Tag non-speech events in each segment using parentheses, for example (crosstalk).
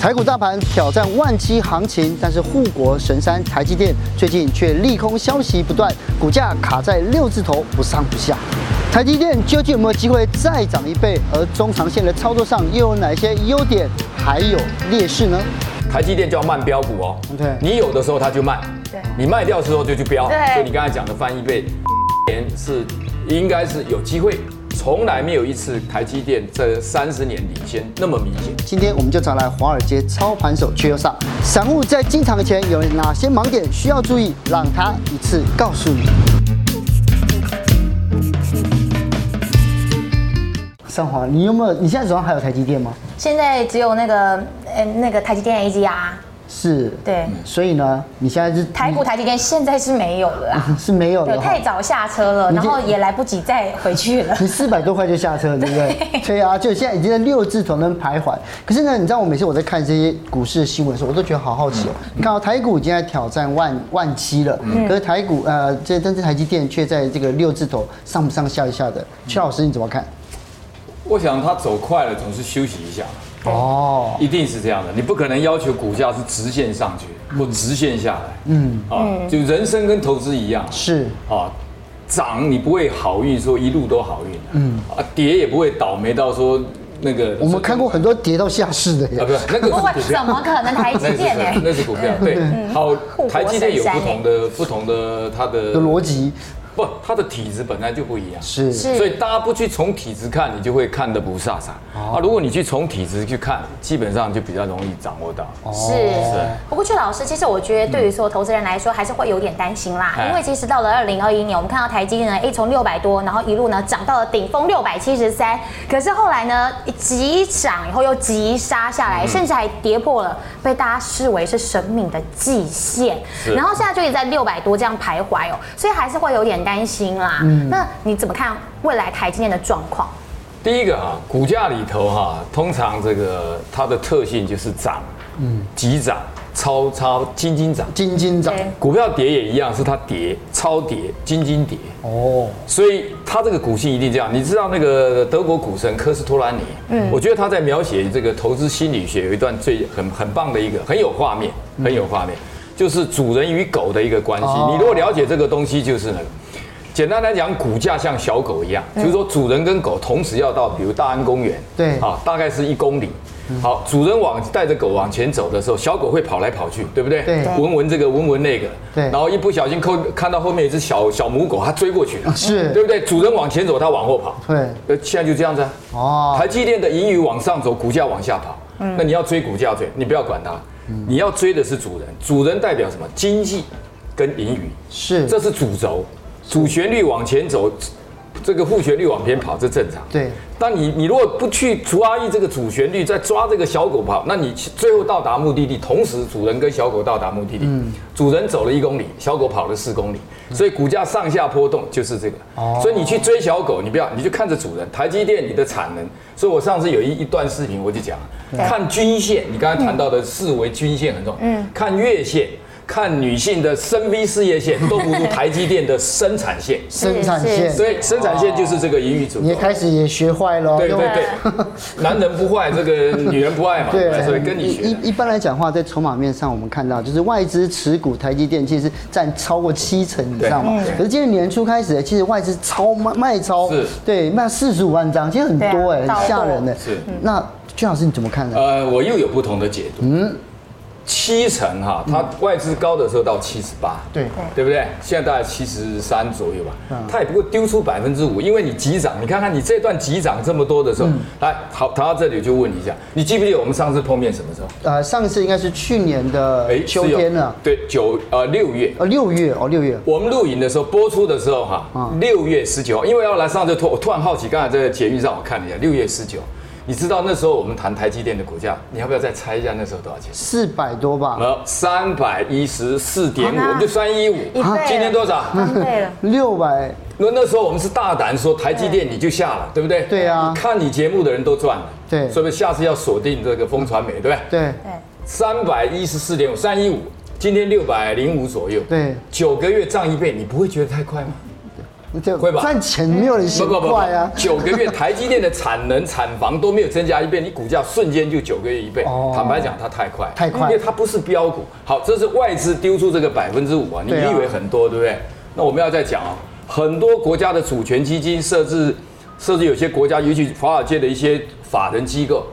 台股大盘挑战万七行情，但是护国神山台积电最近却利空消息不断，股价卡在六字头不上不下。台积电究竟有没有机会再涨一倍？而中长线的操作上又有哪些优点，还有劣势呢？台积电叫慢标股哦，对你有的时候它就卖，对你卖掉之后就去标，对所以你刚才讲的翻一倍，年是应该是有机会，从来没有一次台积电这三十年领先那么明显。今天我们就找来华尔街操盘手屈优上，散户在进场前有哪些盲点需要注意，让他一次告诉你。上华，你有没有？你现在手上还有台积电吗？现在只有那个呃那个台积电 ADR，是，对，嗯所以呢，你现在是台股台积电现在是没有了啦，嗯是没有对，了哈太。早下车了，你然这后也来不及再回去了。嗯你四百多块就下车了，对不对？对啊，就现在已经在六字头那边徘徊。可是呢，你知道我每次我在看这些股市新闻的时候，我都觉得好好奇哦。嗯你看到台股已经在挑战万万七了，可是台股呃，这但是台积电却在这个六字头上不上下一下的。嗯邱老师你怎么看？我想它走快了，总是休息一下，哦，一定是这样的。你不可能要求股价是直线上去或直线下来，嗯啊，就人生跟投资一样，是啊，涨你不会好运，说一路都好运、嗯啊，跌也不会倒霉到说那个。我们看过很多跌到下市的啊，耶，不是那个是不会股，票怎么可能台积电嗯呢？那是股票， (laughs) 对，好，台积电有不同的不同的它的的逻辑不，它的体质本来就不一样，是是所以大家不去从体质看，你就会看得不飒飒啊。如果你去从体质去看，基本上就比较容易掌握到。是，不过阙老师，其实我觉得对于所有投资人来说，还是会有点担心啦。哎因为其实到了二零二一年，我们看到台积电呢，哎，从六百多，然后一路呢涨到了顶峰六百七十三，可是后来呢急涨以后又急杀下来，甚至还跌破了被大家视为是生命的极限，是然后现在就一直在六百多这样徘徊哦，所以还是会有点担心啦。那你怎么看未来台积电的状况？第一个啊，股价里头哈、通常这个它的特性就是涨，嗯，急涨、超超、金金涨。金金涨对股票跌也一样，是它跌、超跌、金金跌。哦，所以他这个股性一定这样。你知道那个德国股神科斯托兰尼，嗯，我觉得他在描写这个投资心理学有一段最很很棒的一个很有画面，很有画面，就是主人与狗的一个关系。嗯哦你如果了解这个东西，就是那个。简单来讲，股价像小狗一样，就是说主人跟狗同时要到，比如大安公园，嗯对嗯啊，大概是一公里。好，主人往带着狗往前走的时候，小狗会跑来跑去，对不对？对闻闻这个，闻闻那个，对然后一不小心扣看到后面有一只小小母狗，它追过去了，是 (laughs) 对不对？主人往前走，它往后跑。对呃，现在就这样子啊。哦嗯台积电的盈余往上走，股价往下跑。那你要追股价追，你不要管它，你要追的是主人。主人代表什么？经济跟盈余，是这是主轴，主旋律往前走，这个副旋律往前跑，这正常。对但你你如果不去抓意这个主旋律，再抓这个小狗跑，那你最后到达目的地，同时主人跟小狗到达目的地，嗯主人走了一公里，小狗跑了四公里，所以股价上下波动就是这个。哦所以你去追小狗，你不要，你就看着主人。台积电你的产能，所以我上次有一一段视频我就讲，看均线，你刚才谈到的四维均线很重要，嗯看月线。看女性的生 V 事业线都不如台积电的生 (laughs) 产线，生产是线，所以生产线就是这个盈余主哦你也轴。开始也学坏了哦，对用对对， (laughs) 男人不坏，这个女人不爱嘛，对，所以跟你学的。一一般来讲的话，在筹码面上，我们看到就是外资持股台积电，其实占超过七成以上嘛对嗯。可是今年年初开始，其实外资超卖卖超是，对，卖四十五万张，其实很多哎，对啊很吓人的。是那俊老师你怎么看呢？呃，我又有不同的解读。嗯，七成哈，它外资高的时候到七十八，对嗯对不对？现在大概七十三左右吧，它也不过丢出百分之五，因为你急涨，你看看你这段急涨这么多的时嗯候，来，好，谈到这里就问一下，你记不记得我们上次碰面什么时候？呃，上次应该是去年的哎秋是有天啊了，对，九呃六月，呃，六月哦，六月我们录影的时候，播出的时候哈、嗯六月十九，因为要来上这突，我突然好奇，刚才在捷运上我看了一下，六月十九，你知道那时候我们谈台积电的股价，你要不要再猜一下那时候多少钱？四百多吧，呃，三百一十四点五，好啦我们就三一五一倍嗯了。今天多少？翻倍了，六百那那时候我们是大胆说台积电你就下了，对不对？对啊你看你节目的人都赚了，对所以下次要锁定这个风传媒，对不对？对对，三百一十四点五，三一五，今天六百零五左右，对九个月涨一倍，你不会觉得太快吗？就会吧赚钱没有人嫌不不不快啊 (laughs) 不，。九个月台积电的产能、产房都没有增加一倍，你股价瞬间就九个月一倍哦。坦白讲，它太快，太快因为它不是标股。好，这是外资丢出这个百分之五啊，你对啊以为很多对不对？那我们要再讲啊，很多国家的主权基金设置，设置有些国家，尤其华尔街的一些法人机构。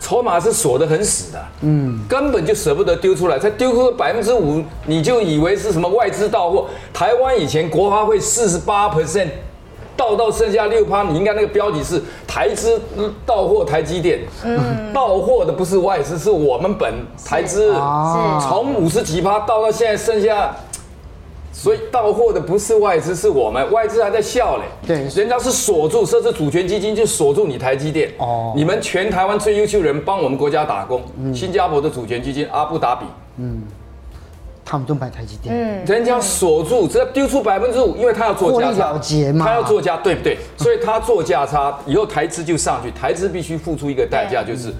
筹码是锁得很死的，嗯，根本就舍不得丢出来，才丢出百分之五，你就以为是什么外资到货。台湾以前国发会四十八 percent 到到剩下六趴，你应该那个标题是台资到货台积电，到货的不是外资，是我们本台资，哦从五十几趴到到现在剩下。所以到货的不是外资，是我们，外资还在笑嘞。对人家是锁住设置主权基金，就锁住你台积电。哦哦，你们全台湾最优秀人帮我们国家打工，新加坡的主权基金阿布达比，他们都买台积电，嗯人家锁住，只要丢出百分之五，因为他要做嗯价获利差，了结嘛他要做价，对不对？所以他做价差，以后台资就上去，台资必须付出一个代价，嗯就是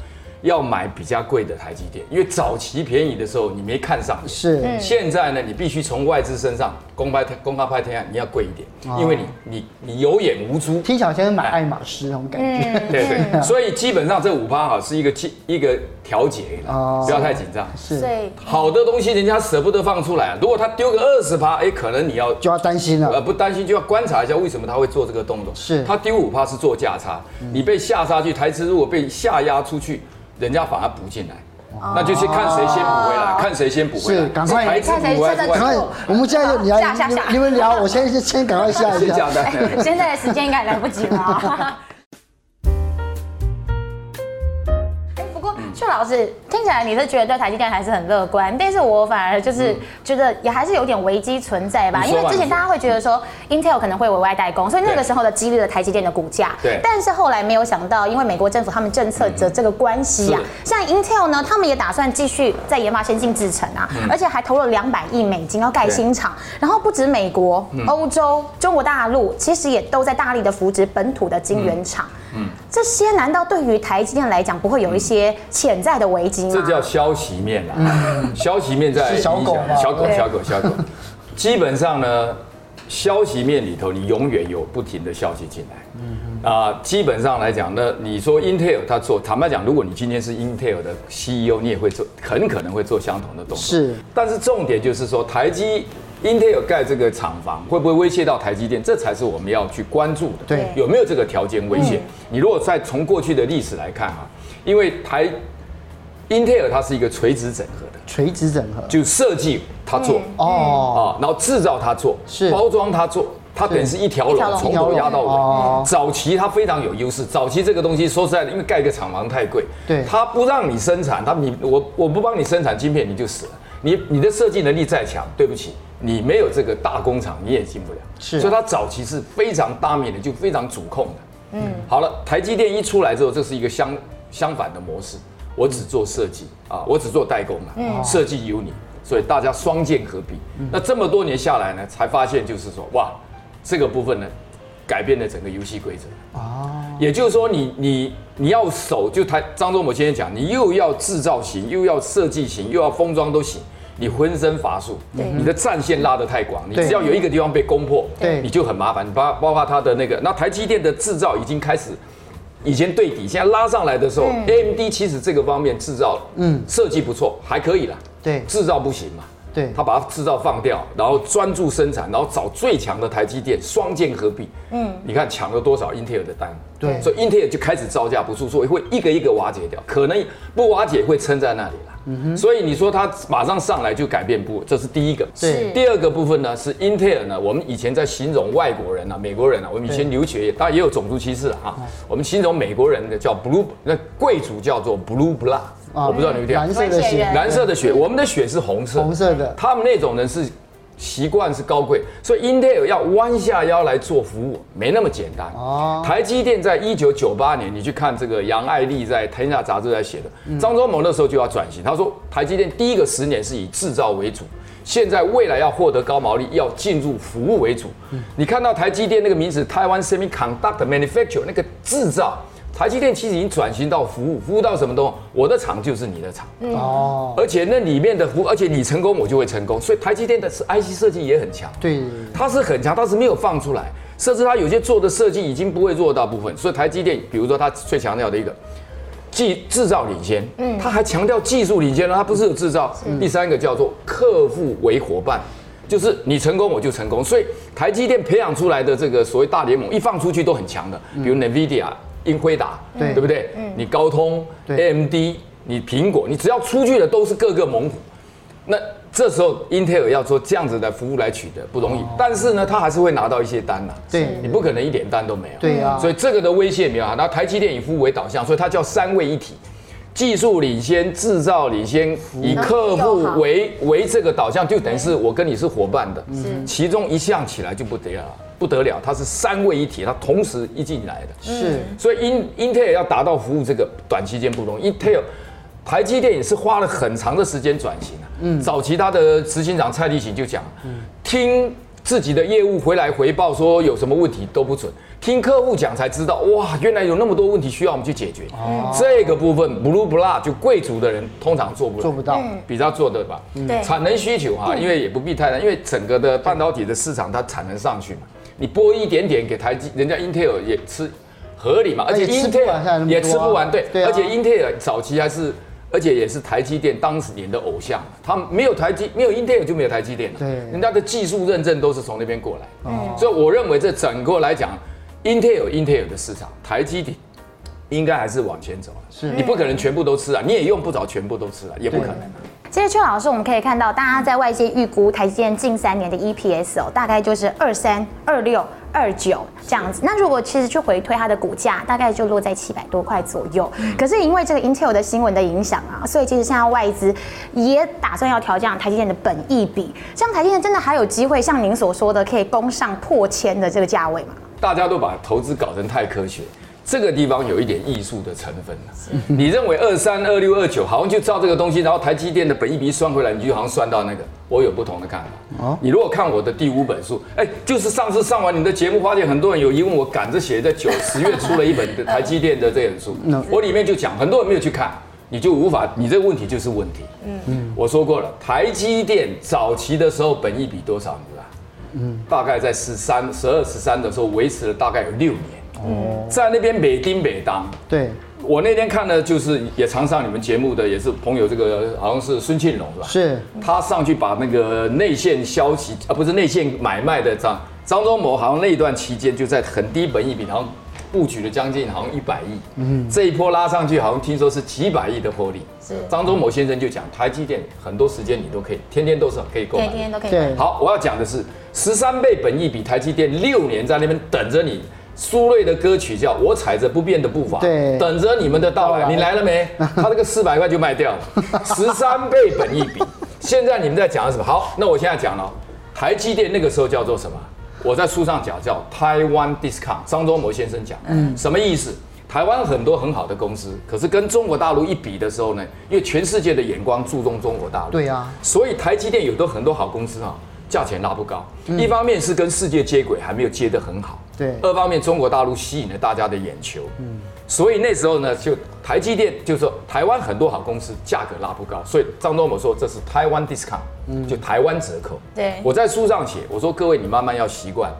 要买比较贵的台积电，因为早期便宜的时候你没看上眼，是现在呢，你必须从外资身上公开公开拍天下，你要贵一嗯点，因为你你你有眼无珠，听起来好像是买爱马仕那种感觉。嗯对嗯对，所以基本上这五趴哈是一个基一个调节哦啦，不要太紧张。 (laughs) 是所，以好的东西人家舍不得放出来，啊如果他丢个二十趴，哎，可能你要就要担心呃，了。不担心就要观察一下为什么他会做这个动作。是他丢五趴是做价差，嗯你被下杀去，台资如果被下压出去，人家反而补进来，哦那就去看谁先补回来，看谁先补回来。是赶快台资看谁补回来趁着是外赶资快，我们现在就你来下下你们下你们聊，我现在就先赶快下一先下讲。的。 (laughs) 现在的时间应该来不及了 (laughs) 啊。哎不过，阙老师，听起来你是觉得对台积电还是很乐观，但是我反而就是觉得也还是有点危机存在吧，嗯你因说吧为之前你说大家会觉得说 Intel 可能会委外代工，所以那个对时候的激励了台积电的股价。对嗯但是后来没有想到，因为美国政府他们政策的这个关系啊，像 Intel 呢，他们也打算继续在研发先进制程啊，而且还投了两百亿美金要嗯盖对嗯新厂。然后不止美国、欧洲、中国大陆，其实也都在大力的扶植本土的晶圆厂。嗯，这些难道对于台积电来讲不会有一些潜在的危机吗？这叫消息面啦，消息面在嗯是小狗吧小狗对小狗小狗，基本上呢，消息面里头你永远有不停的消息进嗯来，啊、基本上来讲呢，你说 Intel 它做，坦白讲，如果你今天是 Intel 的 CEO，你也会做，很可能会做相同的动作。是，但是重点就是说，台积 Intel 盖这个厂房会不会威胁到台积电，这才是我们要去关注的。对有没有这个条件威胁？你如果再从过去的历史来看啊，因为台 Intel 它是一个垂直整合的，垂直整合。就设计它做哦，啊，然后制造它做，是包装它做。它等于是一条一条龙，龙从头压到一条龙哦尾。早期它非常有优势。早期这个东西说实在的，因为盖一个厂房太贵，对它不让你生产，它你我我不帮你生产晶片，你就死了。你你的设计能力再强，对不起，你没有这个大工厂，你也进不了。是所以它早期是非常 dominant 的，就非常主控的。嗯，好了，台积电一出来之后，这是一个相相反的模式。我只做设计啊，我只做代工了，设计由你，所以大家双剑合璧。那这么多年下来呢，才发现就是说，哇，这个部分呢，改变了整个游戏规则。也就是说你，你你要守，就台张忠谋先生讲，你又要制造型，又要设计型，又要封装都行，你浑身乏术，你的战线拉得太广，你对只要有一个地方被攻破，对你就很麻烦。你包包括它的那个，那台积电的制造已经开始。以前对底，现在拉上来的时候、a m d 其实这个方面制造，嗯，设计不错，还可以啦。对制造不行嘛，对他把它制造放掉，然后专注生产，然后找最强的台积电，双剑合璧。嗯，你看抢了多少英特尔的单？对所以英特尔就开始招架不住，所以会一个一个瓦解掉，可能不瓦解会撑在那里啦。嗯所以你说它马上上来就改变不，这是第一个。对第二个部分呢是英特尔呢，我们以前在形容外国人啊、美国人啊，我们以前留学也当然也有种族歧视啊。嗯我们形容美国人的叫 blue，那贵族叫做 blue blood，我不知道你们听过啊蓝色的蓝血，蓝色的血，我们的血是红色，红色的他们那种人是习惯是高贵，所以 Intel 要弯下腰来做服务，没那么简单。哦哦，台积电在一九九八年，你去看这个杨爱丽在《天下》杂志在写的，张忠谋那时候就要转型，他说台积电第一个十年是以制造为主。现在未来要获得高毛利，要进入服务为主。你看到台积电那个名字，台湾 Semiconductor Manufacture 那个制造，台积电其实已经转型到服务，服务到什么东西？我的厂就是你的厂，哦，而且那里面的服务，而且你成功我就会成功，所以台积电的是 IC 设计也很强。对，它是很强，它是没有放出来，甚至它有些做的设计已经不会做到部分。所以台积电，比如说它最强调的一个技制造领先，嗯，它还强调技术领先了，它不是有制造。第三个叫做客户为伙伴。就是你成功我就成功，所以台积电培养出来的这个所谓大联盟一放出去都很强的，比如 NVIDIA、英辉达，对对不嗯对？你高通、对 AMD、你苹果，你只要出去的都是各个猛虎。那这时候英特尔要做这样子的服务来取得不容易，但是呢，他还是会拿到一些单呐、哦对你不可能一点单都没有。对啊所以这个的威胁没有啊。那台积电以服务为导向，所以它叫三位一体。技术领先，制造领先，以客户为嗯为这个导向，就等于是我跟你是伙伴的，其中一项起来就不得了，不得了，它是三位一体，它同时一进来的，是所以英英特尔要达到服务这个短期间不容易。英特尔台积电也是花了很长的时间转型啊。嗯，早期他的执行长蔡立行就讲，听自己的业务回来回报说有什么问题都不准，听客户讲才知道，哇，原来有那么多问题需要我们去解决。这个部分 blue blah 就贵族的人通常做不了做不到，嗯比较做得吧。对产能需求哈，因为也不必太难，因为整个的半导体的市场它产能上去嘛，你拨一点点给台积，人家英特尔也吃合理嘛，而且而且英哎吃特不完现在那尔么多啊也吃不完，对，对啊而且英特尔早期还是。而且也是台积电当时年的偶像，他们没有台积，没有英特尔就没有台积电了。对哦人家的技术认证都是从那边过来。所以我认为这整个来讲，英特尔有英特尔的市场，台积电应该还是往前走了。是你不可能全部都吃啊，你也用不着全部都吃啊，也不对可能。其实邱老师，我们可以看到，大家在外界预估台积电近三年的 EPS 哦，大概就是二三、二六、二九这样子。那如果其实去回推它的股价，大概就落在七百多块左右。嗯可是因为这个 Intel 的新闻的影响啊，所以其实现在外资也打算要调降台积电的本益比。像台积电真的还有机会，像您所说的，可以攻上破千的这个价位吗？大家都把投资搞成太科学，这个地方有一点艺术的成分啊你认为二三、二六、二九好像就照这个东西，然后台积电的本益比算回来，你就好像算到那个。我有不同的看法。哦，你如果看我的第五本书，哎，就是上次上完你的节目，发现很多人有疑问，我赶着写，在 (laughs) 九十月出了一本的台积电的这本书，我里面就讲，很多人没有去看。你就无法，你这个问题就是问题。嗯嗯，我说过了，台积电早期的时候本益比多少，你知道？大概在十三、十二、十三的时候维持了大概有六年。哦，在那边北丁北当，对，我那天看呢，就是也常上你们节目的，也是朋友，这个好像是孙庆龙是吧？是他上去把那个内线消息啊，不是内线买卖的张张忠谋，好像那一段期间就在很低本益比，好像布局了将近好像一百亿。嗯，这一波拉上去，好像听说是几百亿的获利。是张忠谋先生就讲，台积电很多时间你都可以，天天都是可以购买的。天都可对，好，我要讲的是十三倍本益比，台积电六年在那边等着你。苏芮的歌曲叫《我踩着不变的步伐》，对等着你们的到到来。来你来了没？ (laughs) 他这个四百块就卖掉了，十三倍本益比。现在你们在讲的什么？好，那我现在讲了，台积电那个时候叫做什么？我在书上讲叫台湾 discount，张忠谋先生讲，嗯，什么意思？台湾很多很好的公司，可是跟中国大陆一比的时候呢，因为全世界的眼光注重中国大陆，对啊所以台积电有的很多好公司啊，价钱拉不高。一方面是跟世界接轨还没有接得很好，对二方面中国大陆吸引了大家的眼球，嗯。所以那时候呢，就台积电就是说台湾很多好公司价格拉不高，所以张忠谋说这是台湾 discount，、就台湾折扣。对我在书上写，我说各位你慢慢要习惯，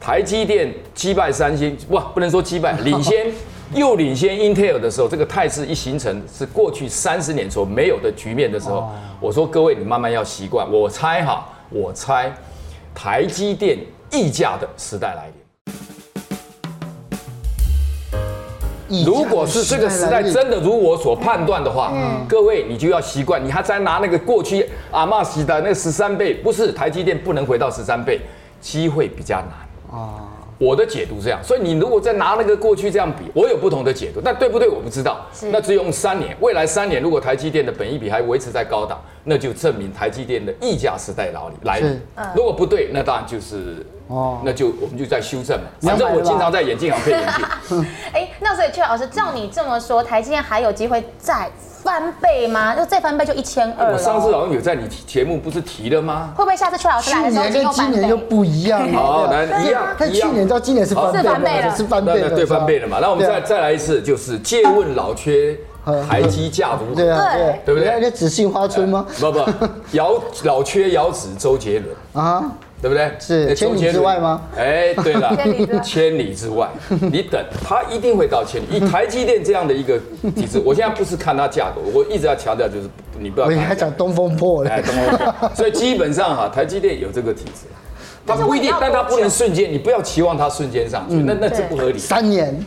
台积电击败三星，不不能说击败，领先又领先 Intel 的时候，这个态势一形成是过去三十年所没有的局面的时候，我说各位你慢慢要习惯。我猜哈，我猜台积电溢价的时代来临。如果是这个时代真的如我所判断的话，各位你就要习惯，你还在拿那个过去阿玛西的那十三倍，不是台积电不能回到十三倍，机会比较难。我的解读这样，所以你如果再拿那个过去这样比，我有不同的解读，那对不对我不知道。那只用三年，未来三年如果台积电的本益比还维持在高档，那就证明台积电的溢价时代老里来临是。如果不对，那当然就是哦，那就我们就在修正嘛。反正我经常在眼镜行配眼镜。哎，那所以邱老师，照你这么说，台积电还有机会再翻倍吗？就再翻倍就一千二呃我上次好像有在你节目不是提了吗？会不会下次邱老师去来的时候年跟又今翻年又倍？不一 (laughs) 样了。哦对啊来一样 (laughs) 但一去样年到今年是翻倍是翻倍了是翻那倍了，对翻倍了嘛？那我们对再啊再来一次，就是借问老缺台积价如对何？啊，对啊对不对人家只杏花村吗？不不，姚老缺姚子周杰伦。啊，对不对？是那千里周杰伦之外吗？哎，对了千里之外，千里之外，你等它一定会到千里。以台积电这样的一个体制，我现在不是看它价格，我一直要强调就是你不要我看以为它他价格。讲东风破哎，了，懂我懂。所以基本上哈，台积电有这个体质，它不一定但是我也要，但它多久嗯不能瞬间，你不要期望它瞬间上去，那那这对不合理。三年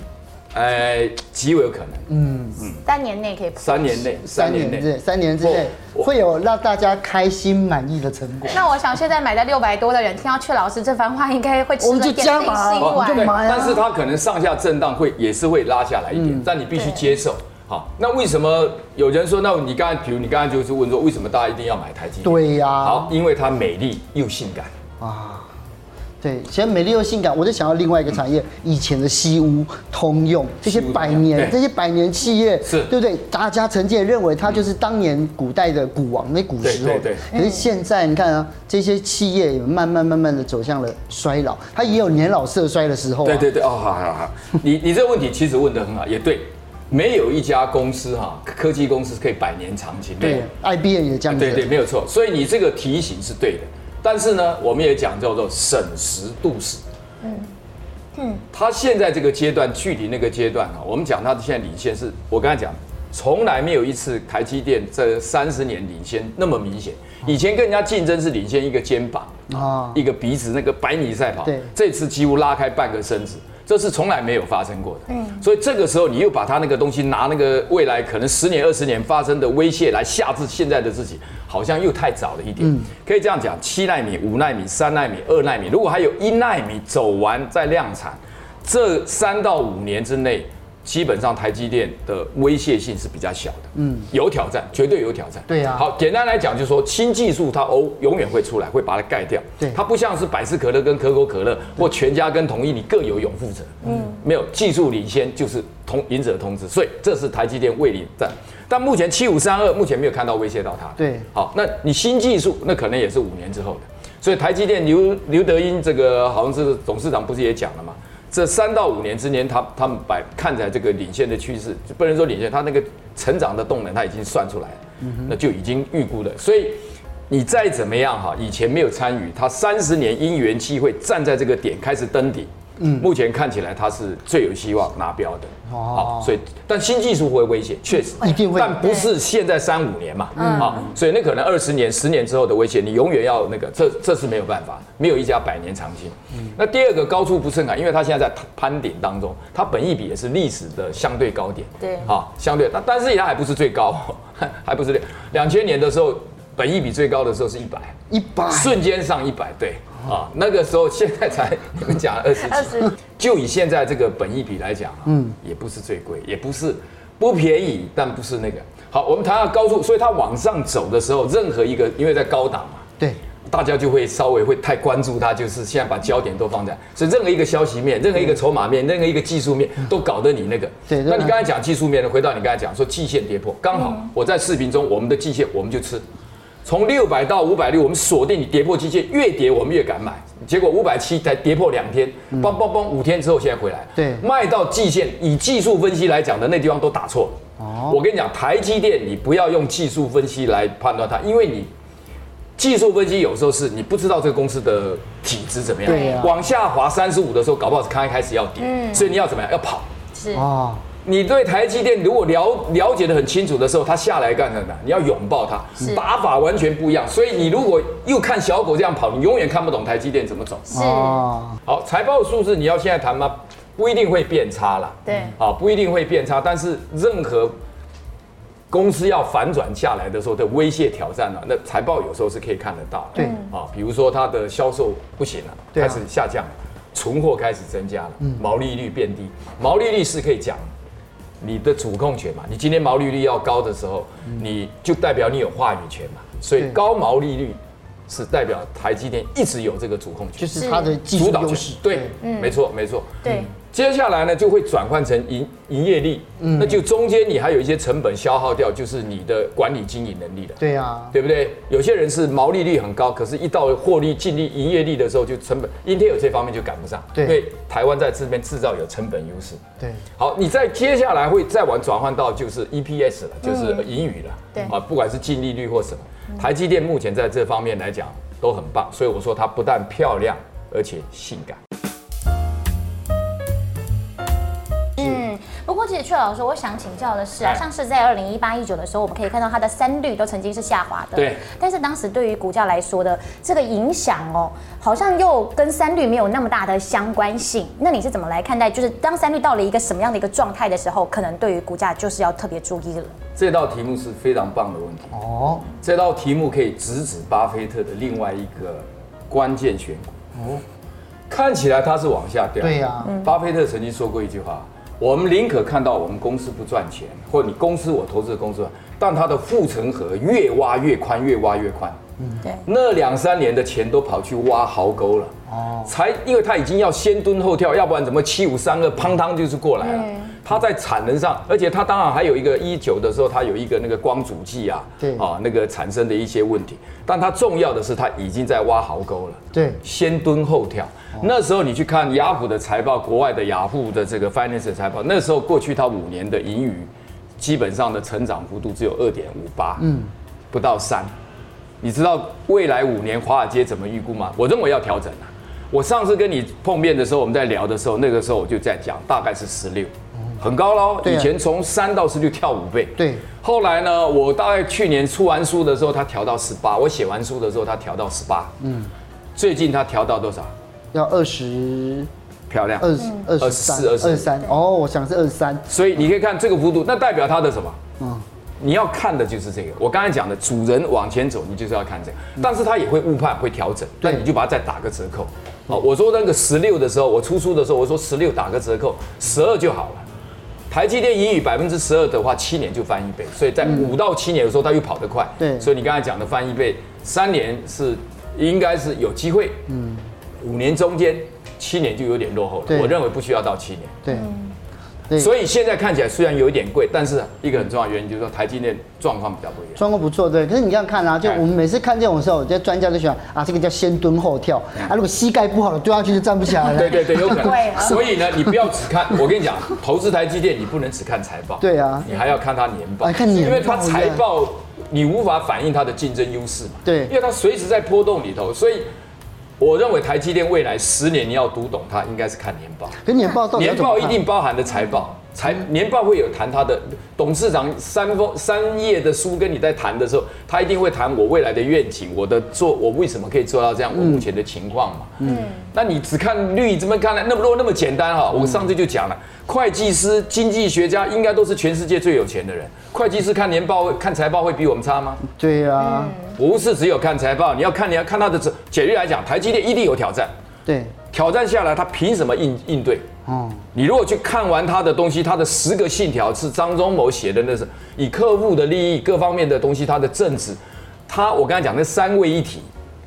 哎，极为有可能，嗯三年内可以。三年内，哦三年之内，三年之内我会有让大家开心满意的成果。那我想现在买在六百多的人，听到阙老师这番话，应该会吃我们得就眼加泪码心哦哦你软就对，买啊但是它可能上下震荡会也是会拉下来一嗯点，但你必须接受。好，那为什么有人说，那你刚才，比如你刚才就是问说，为什么大家一定要买台积电？对呀啊好，因为它美丽又性感。对，其实美丽又性感，我就想要另外一个产业，以前的西屋、通用这些西屋百对年、这些百年企业，是对不对？大家曾经也认为它就是当年古代的股王，那古时候。对对可是现在你看啊，这些企业也慢慢慢慢的走向了衰老，它也有年老色衰的时候、啊。对对对，哦，好好好，你你这个问题其实问得很好，也对，没有一家公司哈，科技公司可以百年长青。没有对，IBM 也这样子。对对，没有错。所以你这个提醒是对的，但是呢，我们也讲叫做审时度势。嗯嗯，他现在这个阶段，距离那个阶段啊，我们讲他现在领先是，我刚才讲，从来没有一次台积电这三十年领先那么明显。以前跟人家竞争是领先一个肩膀啊啊，一个鼻子，那个百米赛跑对，这次几乎拉开半个身子。这是从来没有发生过的，嗯，所以这个时候你又把他那个东西拿那个未来可能十年二十年发生的威胁来吓制现在的自己，好像又太早了一嗯点。可以这样讲，七纳米、五纳米、三纳米、二纳米，如果还有一纳米走完再量产，这三到五年之内，基本上台积电的威胁性是比较小的，嗯，有挑战，绝对有挑战。对啊好，简单来讲就是说，新技术它哦永远会出来，会把它盖掉。对它不像是百事可乐跟可口可乐或全家跟统一，你各有拥护者。嗯，没有技术领先就是同赢者通吃，所以这是台积电未领战。但目前七五三二目前没有看到威胁到它。对好，那你新技术那可能也是五年之后的。所以台积电刘刘德英这个好像是董事长不是也讲了嘛？这三到五年之间，他他们摆看起来这个领先的趋势，就不能说领先，他那个成长的动能他已经算出来了，嗯那就已经预估了。所以你再怎么样哈，以前没有参与，他三十年因缘机会站在这个点开始登顶，嗯，目前看起来他是最有希望拿标的。哦，所以但新技术会危险，确实哦一定会但不是现在三五年嘛，啊，所以那可能二十年、十年之后的危险，你永远要那个，这这是没有办法，没有一家百年长青。那第二个高处不胜啊寒，因为它现在在攀顶当中，它本益比也是历史的相对高点，对啊，相对，但但是它还不是最高， (laughs) 还不是两千年的时候，本益比最高的时候是一百，一百瞬间上一百，对啊，那个时候现在才你们讲二十20几，就以现在这个本益比来讲，嗯，也不是最贵，也不是不便宜，但不是那个好。我们谈到高处，所以它往上走的时候，任何一个因为在高档嘛，对，大家就会稍微会太关注它，就是现在把焦点都放在，所以任何一个消息面、任何一个筹码面、任何一个技术面，都搞得你那个。嗯对那你对刚才讲技术面呢？回到你刚才讲说季线跌破，刚好嗯我在视频中，我们的季线我们就吃，从六百到五百六，我们锁定你跌破季线，越跌我们越敢买。结果五百七才跌破两天，嘣嘣嘣，五天之后现在回来，嗯对卖到季线，以技术分析来讲的那地方都打错了。哦我跟你讲，台积电你不要用技术分析来判断它，因为你技术分析有时候是你不知道这个公司的体质怎么样，对啊嗯往下滑三十五的时候，搞不好是刚开始要跌，所以你要怎么样？要跑。是哦，你对台积电如果了了解的很清楚的时候，它下来干什么？你要拥抱它，打法完全不一样。所以你如果又看小狗这样跑，你永远看不懂台积电怎么走。是，哦，好，财报数字你要现在谈吗？不一定会变差啦。对啊，不一定会变差，但是任何公司要反转下来的时候的威胁挑战呢、啊，那财报有时候是可以看得到的。对啊，比如说它的销售不行了、对啊开始下降了，存货开始增加了，嗯毛利率变低，毛利率是可以讲。你的主控权嘛，你今天毛利率要高的时候，你就代表你有话语权嘛，所以嗯对高毛利率是代表台积电一直有这个主控就权、是它的技术优势。嗯对，没错，没错。对，接下来呢，就会转换成营营业利，嗯那就中间你还有一些成本消耗掉，就是你的管理经营能力了。对啊，对不对？有些人是毛利率很高，可是一到获利、净利、营业利的时候，就成本。Intel 这方面就赶不上，对因为台湾在这边制造有成本优势。对，好，你再接下来会再往转换到就是 EPS 了，就是盈余了，对啊，不管是净利率或什么，台积电目前在这方面来讲都很棒，所以我说它不但漂亮，而且性感。嗯，不过其实阙老师，我想请教的是啊，哎像是在二零一八一九的时候，我们可以看到它的三率都曾经是下滑的，对。但是当时对于股价来说的这个影响哦，好像又跟三率没有那么大的相关性。那你是怎么来看待？就是当三率到了一个什么样的一个状态的时候，可能对于股价就是要特别注意了。这道题目是非常棒的问题，哦，这道题目可以直指巴菲特的另外一个关键选股。看起来它是往下掉。哦对呀巴菲特曾经说过一句话：我们宁可看到我们公司不赚钱，或你公司我投资的公司，但它的护城河越挖越宽，越挖越宽。嗯对，那两三年的钱都跑去挖壕沟了。哦，才因为他已经要先蹲后跳，要不然怎么七五三二砰当就是过来了。他在产能上，而且他当然还有一个一九的时候，他有一个那个光阻剂啊，对啊那个产生的一些问题。但他重要的是，他已经在挖壕沟了。对哦先蹲后跳。那时候你去看雅虎的财报，国外的雅虎的这个 finance 的财报，那时候过去它五年的盈余，基本上的成长幅度只有二点五八，嗯，不到三。你知道未来五年华尔街怎么预估吗？我认为要调整啊。我上次跟你碰面的时候，我们在聊的时候，那个时候我就在讲，大概是十六，很高喽。哦对啊以前从三到十六跳五倍，对后来呢，我大概去年出完书的时候，它调到十八；我写完书的时候，它调到十八。嗯，最近它调到多少？要二十漂亮，二十二十24三二十三。哦，我想是二十三。所以你可以看这个幅度，那代表它的什么？嗯你要看的就是这个。我刚才讲的，主人往前走，你就是要看这个，嗯但是它也会误判，会调整，那你就把它再打个折扣。好，我说那个十六的时候，我出书的时候，我说十六打个折扣，十二就好了。台积电盈余百分之十二的话，七年就翻一倍，所以在五到七年的时候，它又跑得快。对所以你刚才讲的翻一倍，三年是应该是有机会，嗯，五年中间七年就有点落后了，对我认为不需要到七年。对，嗯对，所以现在看起来虽然有一点贵，但是一个很重要的原因就是说台积电状况比较不一样。状况不错，对。可是你这样看啊，就哎我们每次看这种时候，这些专家就喜欢啊，这个叫先蹲后跳哎啊，如果膝盖不好了，蹲下去就站不起来了。对对对，有可 (laughs) 对啊能。所以呢，你不要只看，我跟你讲，投资台积电你不能只看财报，对啊你还要哎看它年报，啊看年报因为它财报你无法反映它的竞争优势嘛，对因为它随时在波动里头，所以我认为台积电未来十年你要读懂它，应该是看年报。可年报到底要年怎么报一看嗯定包含的财报，财年报会有谈他的董事长三封三页的书跟你在谈的时候，他一定会谈我未来的愿景，我的做我为什么可以做到这样，嗯我目前的情况嘛。嗯，那你只看率怎么看呢？那么如果那么简单嗯啊哈，我上次就讲了，会计师、经济学家应该都是全世界最有钱的人。会计师看年报、看财报会比我们差吗？对啊，不是只有看财报，你要看你要看他的简略来讲，台积电一定有挑战，对，挑战下来他凭什么应应对？哦，你如果去看完他的东西，他的十个信条是张忠谋写的，那是以客户的利益各方面的东西，他的政治，他我刚才讲那三位一体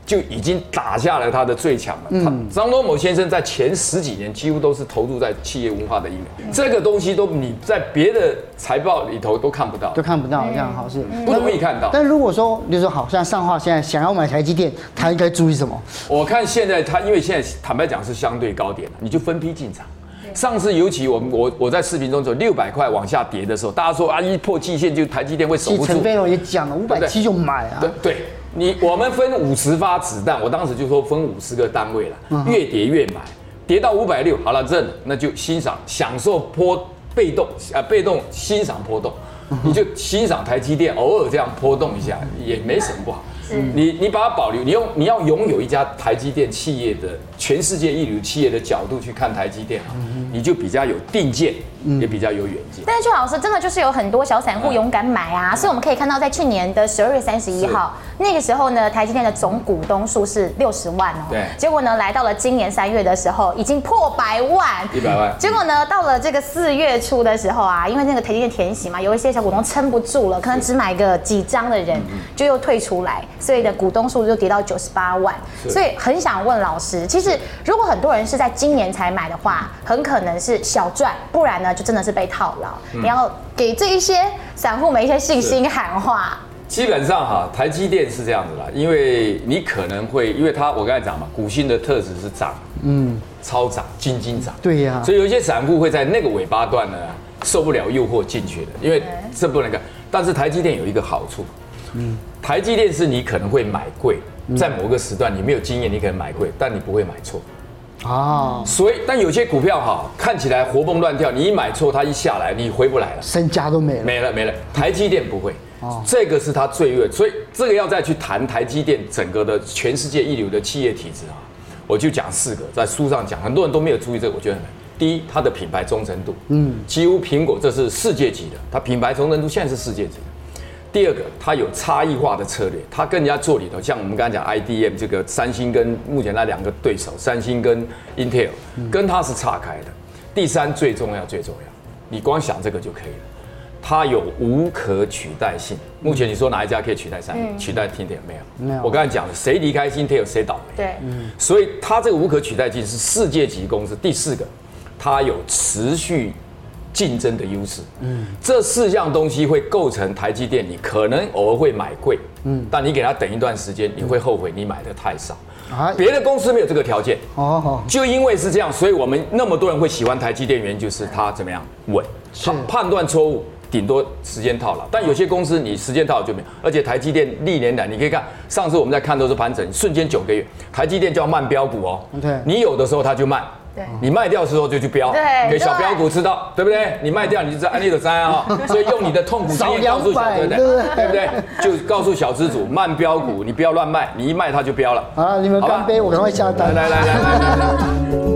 就已经打下了他的最强了。他张忠谋先生在前十几年几乎都是投入在企业文化的营养，这个东西都你在别的财报里头都看不到都。看不到这样好事，不容易看到但如果说，比如说好像上化现在想要买台积电，他应该注意什么？我看现在它，因为现在坦白讲是相对高点了，你就分批进场。上次尤其我们我我在视频中走六百块往下跌的时候，大家说啊一破季线就台积电会其守实不住陈，飞龙也讲了，五百七就买啊对。对，你我们分五十发子弹，我当时就说分五十个单位嗯了，越跌越买，跌到五百六，好了，认了，那就欣赏享受波被动啊，被动欣赏波动，嗯你就欣赏台积电偶尔这样波动一下也没什么不好。你你把它保留，你用你要拥有一家台积电嗯企业的全世界一流企业的角度去看台积电啊，你就比较有定见，也比较有远见。但是邱老师真的就是有很多小散户勇敢买啊，所以我们可以看到，在去年的十二月三十一号那个时候呢，台积电的总股东数是六十万哦，对结果呢，来到了今年三月的时候，已经破百万， 100万结果呢，到了这个四月初的时候啊，因为那个台积电填息嘛，有一些小股东撑不住了，可能只买个几张的人就又退出来，所以的股东数就跌到九十八万。是所以很想问老师，其实如果很多人是在今年才买的话，很可能是小赚，不然呢就真的是被套牢。你要给这一些散户们一些信心喊话。基本上哈，台积电是这样子啦，因为你可能会，因为它我刚才讲嘛，股性的特质是涨，嗯，超涨、金金涨，对啊呀所以有一些散户会在那个尾巴段呢受不了诱惑进去的，因为这不能干。但是台积电有一个好处，台积电是你可能会买贵，在某个时段你没有经验，你可能买贵，但你不会买错。啊，所以，但有些股票哈，看起来活蹦乱跳，你一买错，它一下来，你回不来了。身家都没了，没了没了，台积电不会。这个是它最弱，所以这个要再去谈台积电整个的全世界一流的企业体制啊，我就讲四个，在书上讲，很多人都没有注意这个，我觉得很难。第一，它的品牌忠诚度，嗯，几乎苹果这是世界级的，它品牌忠诚度现在是世界级的。第二个，它有差异化的策略，它跟人家做里头，像我们刚才讲 IDM 这个三星跟目前那两个对手，三星跟 Intel，跟它是岔开的。第三，最重要最重要，你光想这个就可以了，它有无可取代性。目前你说哪一家可以取代三星、取代 Intel 没有？没有我刚才讲了，谁离开 Intel 谁倒霉。对，所以它这个无可取代性是世界级公司。第四个，它有持续竞争的优势。嗯，这四样东西会构成台积电，你可能偶尔会买贵，嗯，但你给它等一段时间，你会后悔你买的太少。啊别的公司没有这个条件，哦，就因为是这样，所以我们那么多人会喜欢台积电，原因就是它怎么样稳，是它判断错误，顶多时间套牢。但有些公司你时间套牢就没有，而且台积电历年来你可以看，上次我们在看都是盘整，瞬间九个月，台积电叫慢标股哦，对你有的时候它就慢。对你卖掉的时候就去标，对给小标股知道，对不对？你卖掉你就知道安利的三 (laughs) 啊，所以用你的痛苦经验告诉小少对不对？ 200对不对？就告诉小资主慢标啊股，你不要乱卖，你一卖它就标了。好了，你们干杯，我赶快下单来。来来来来来。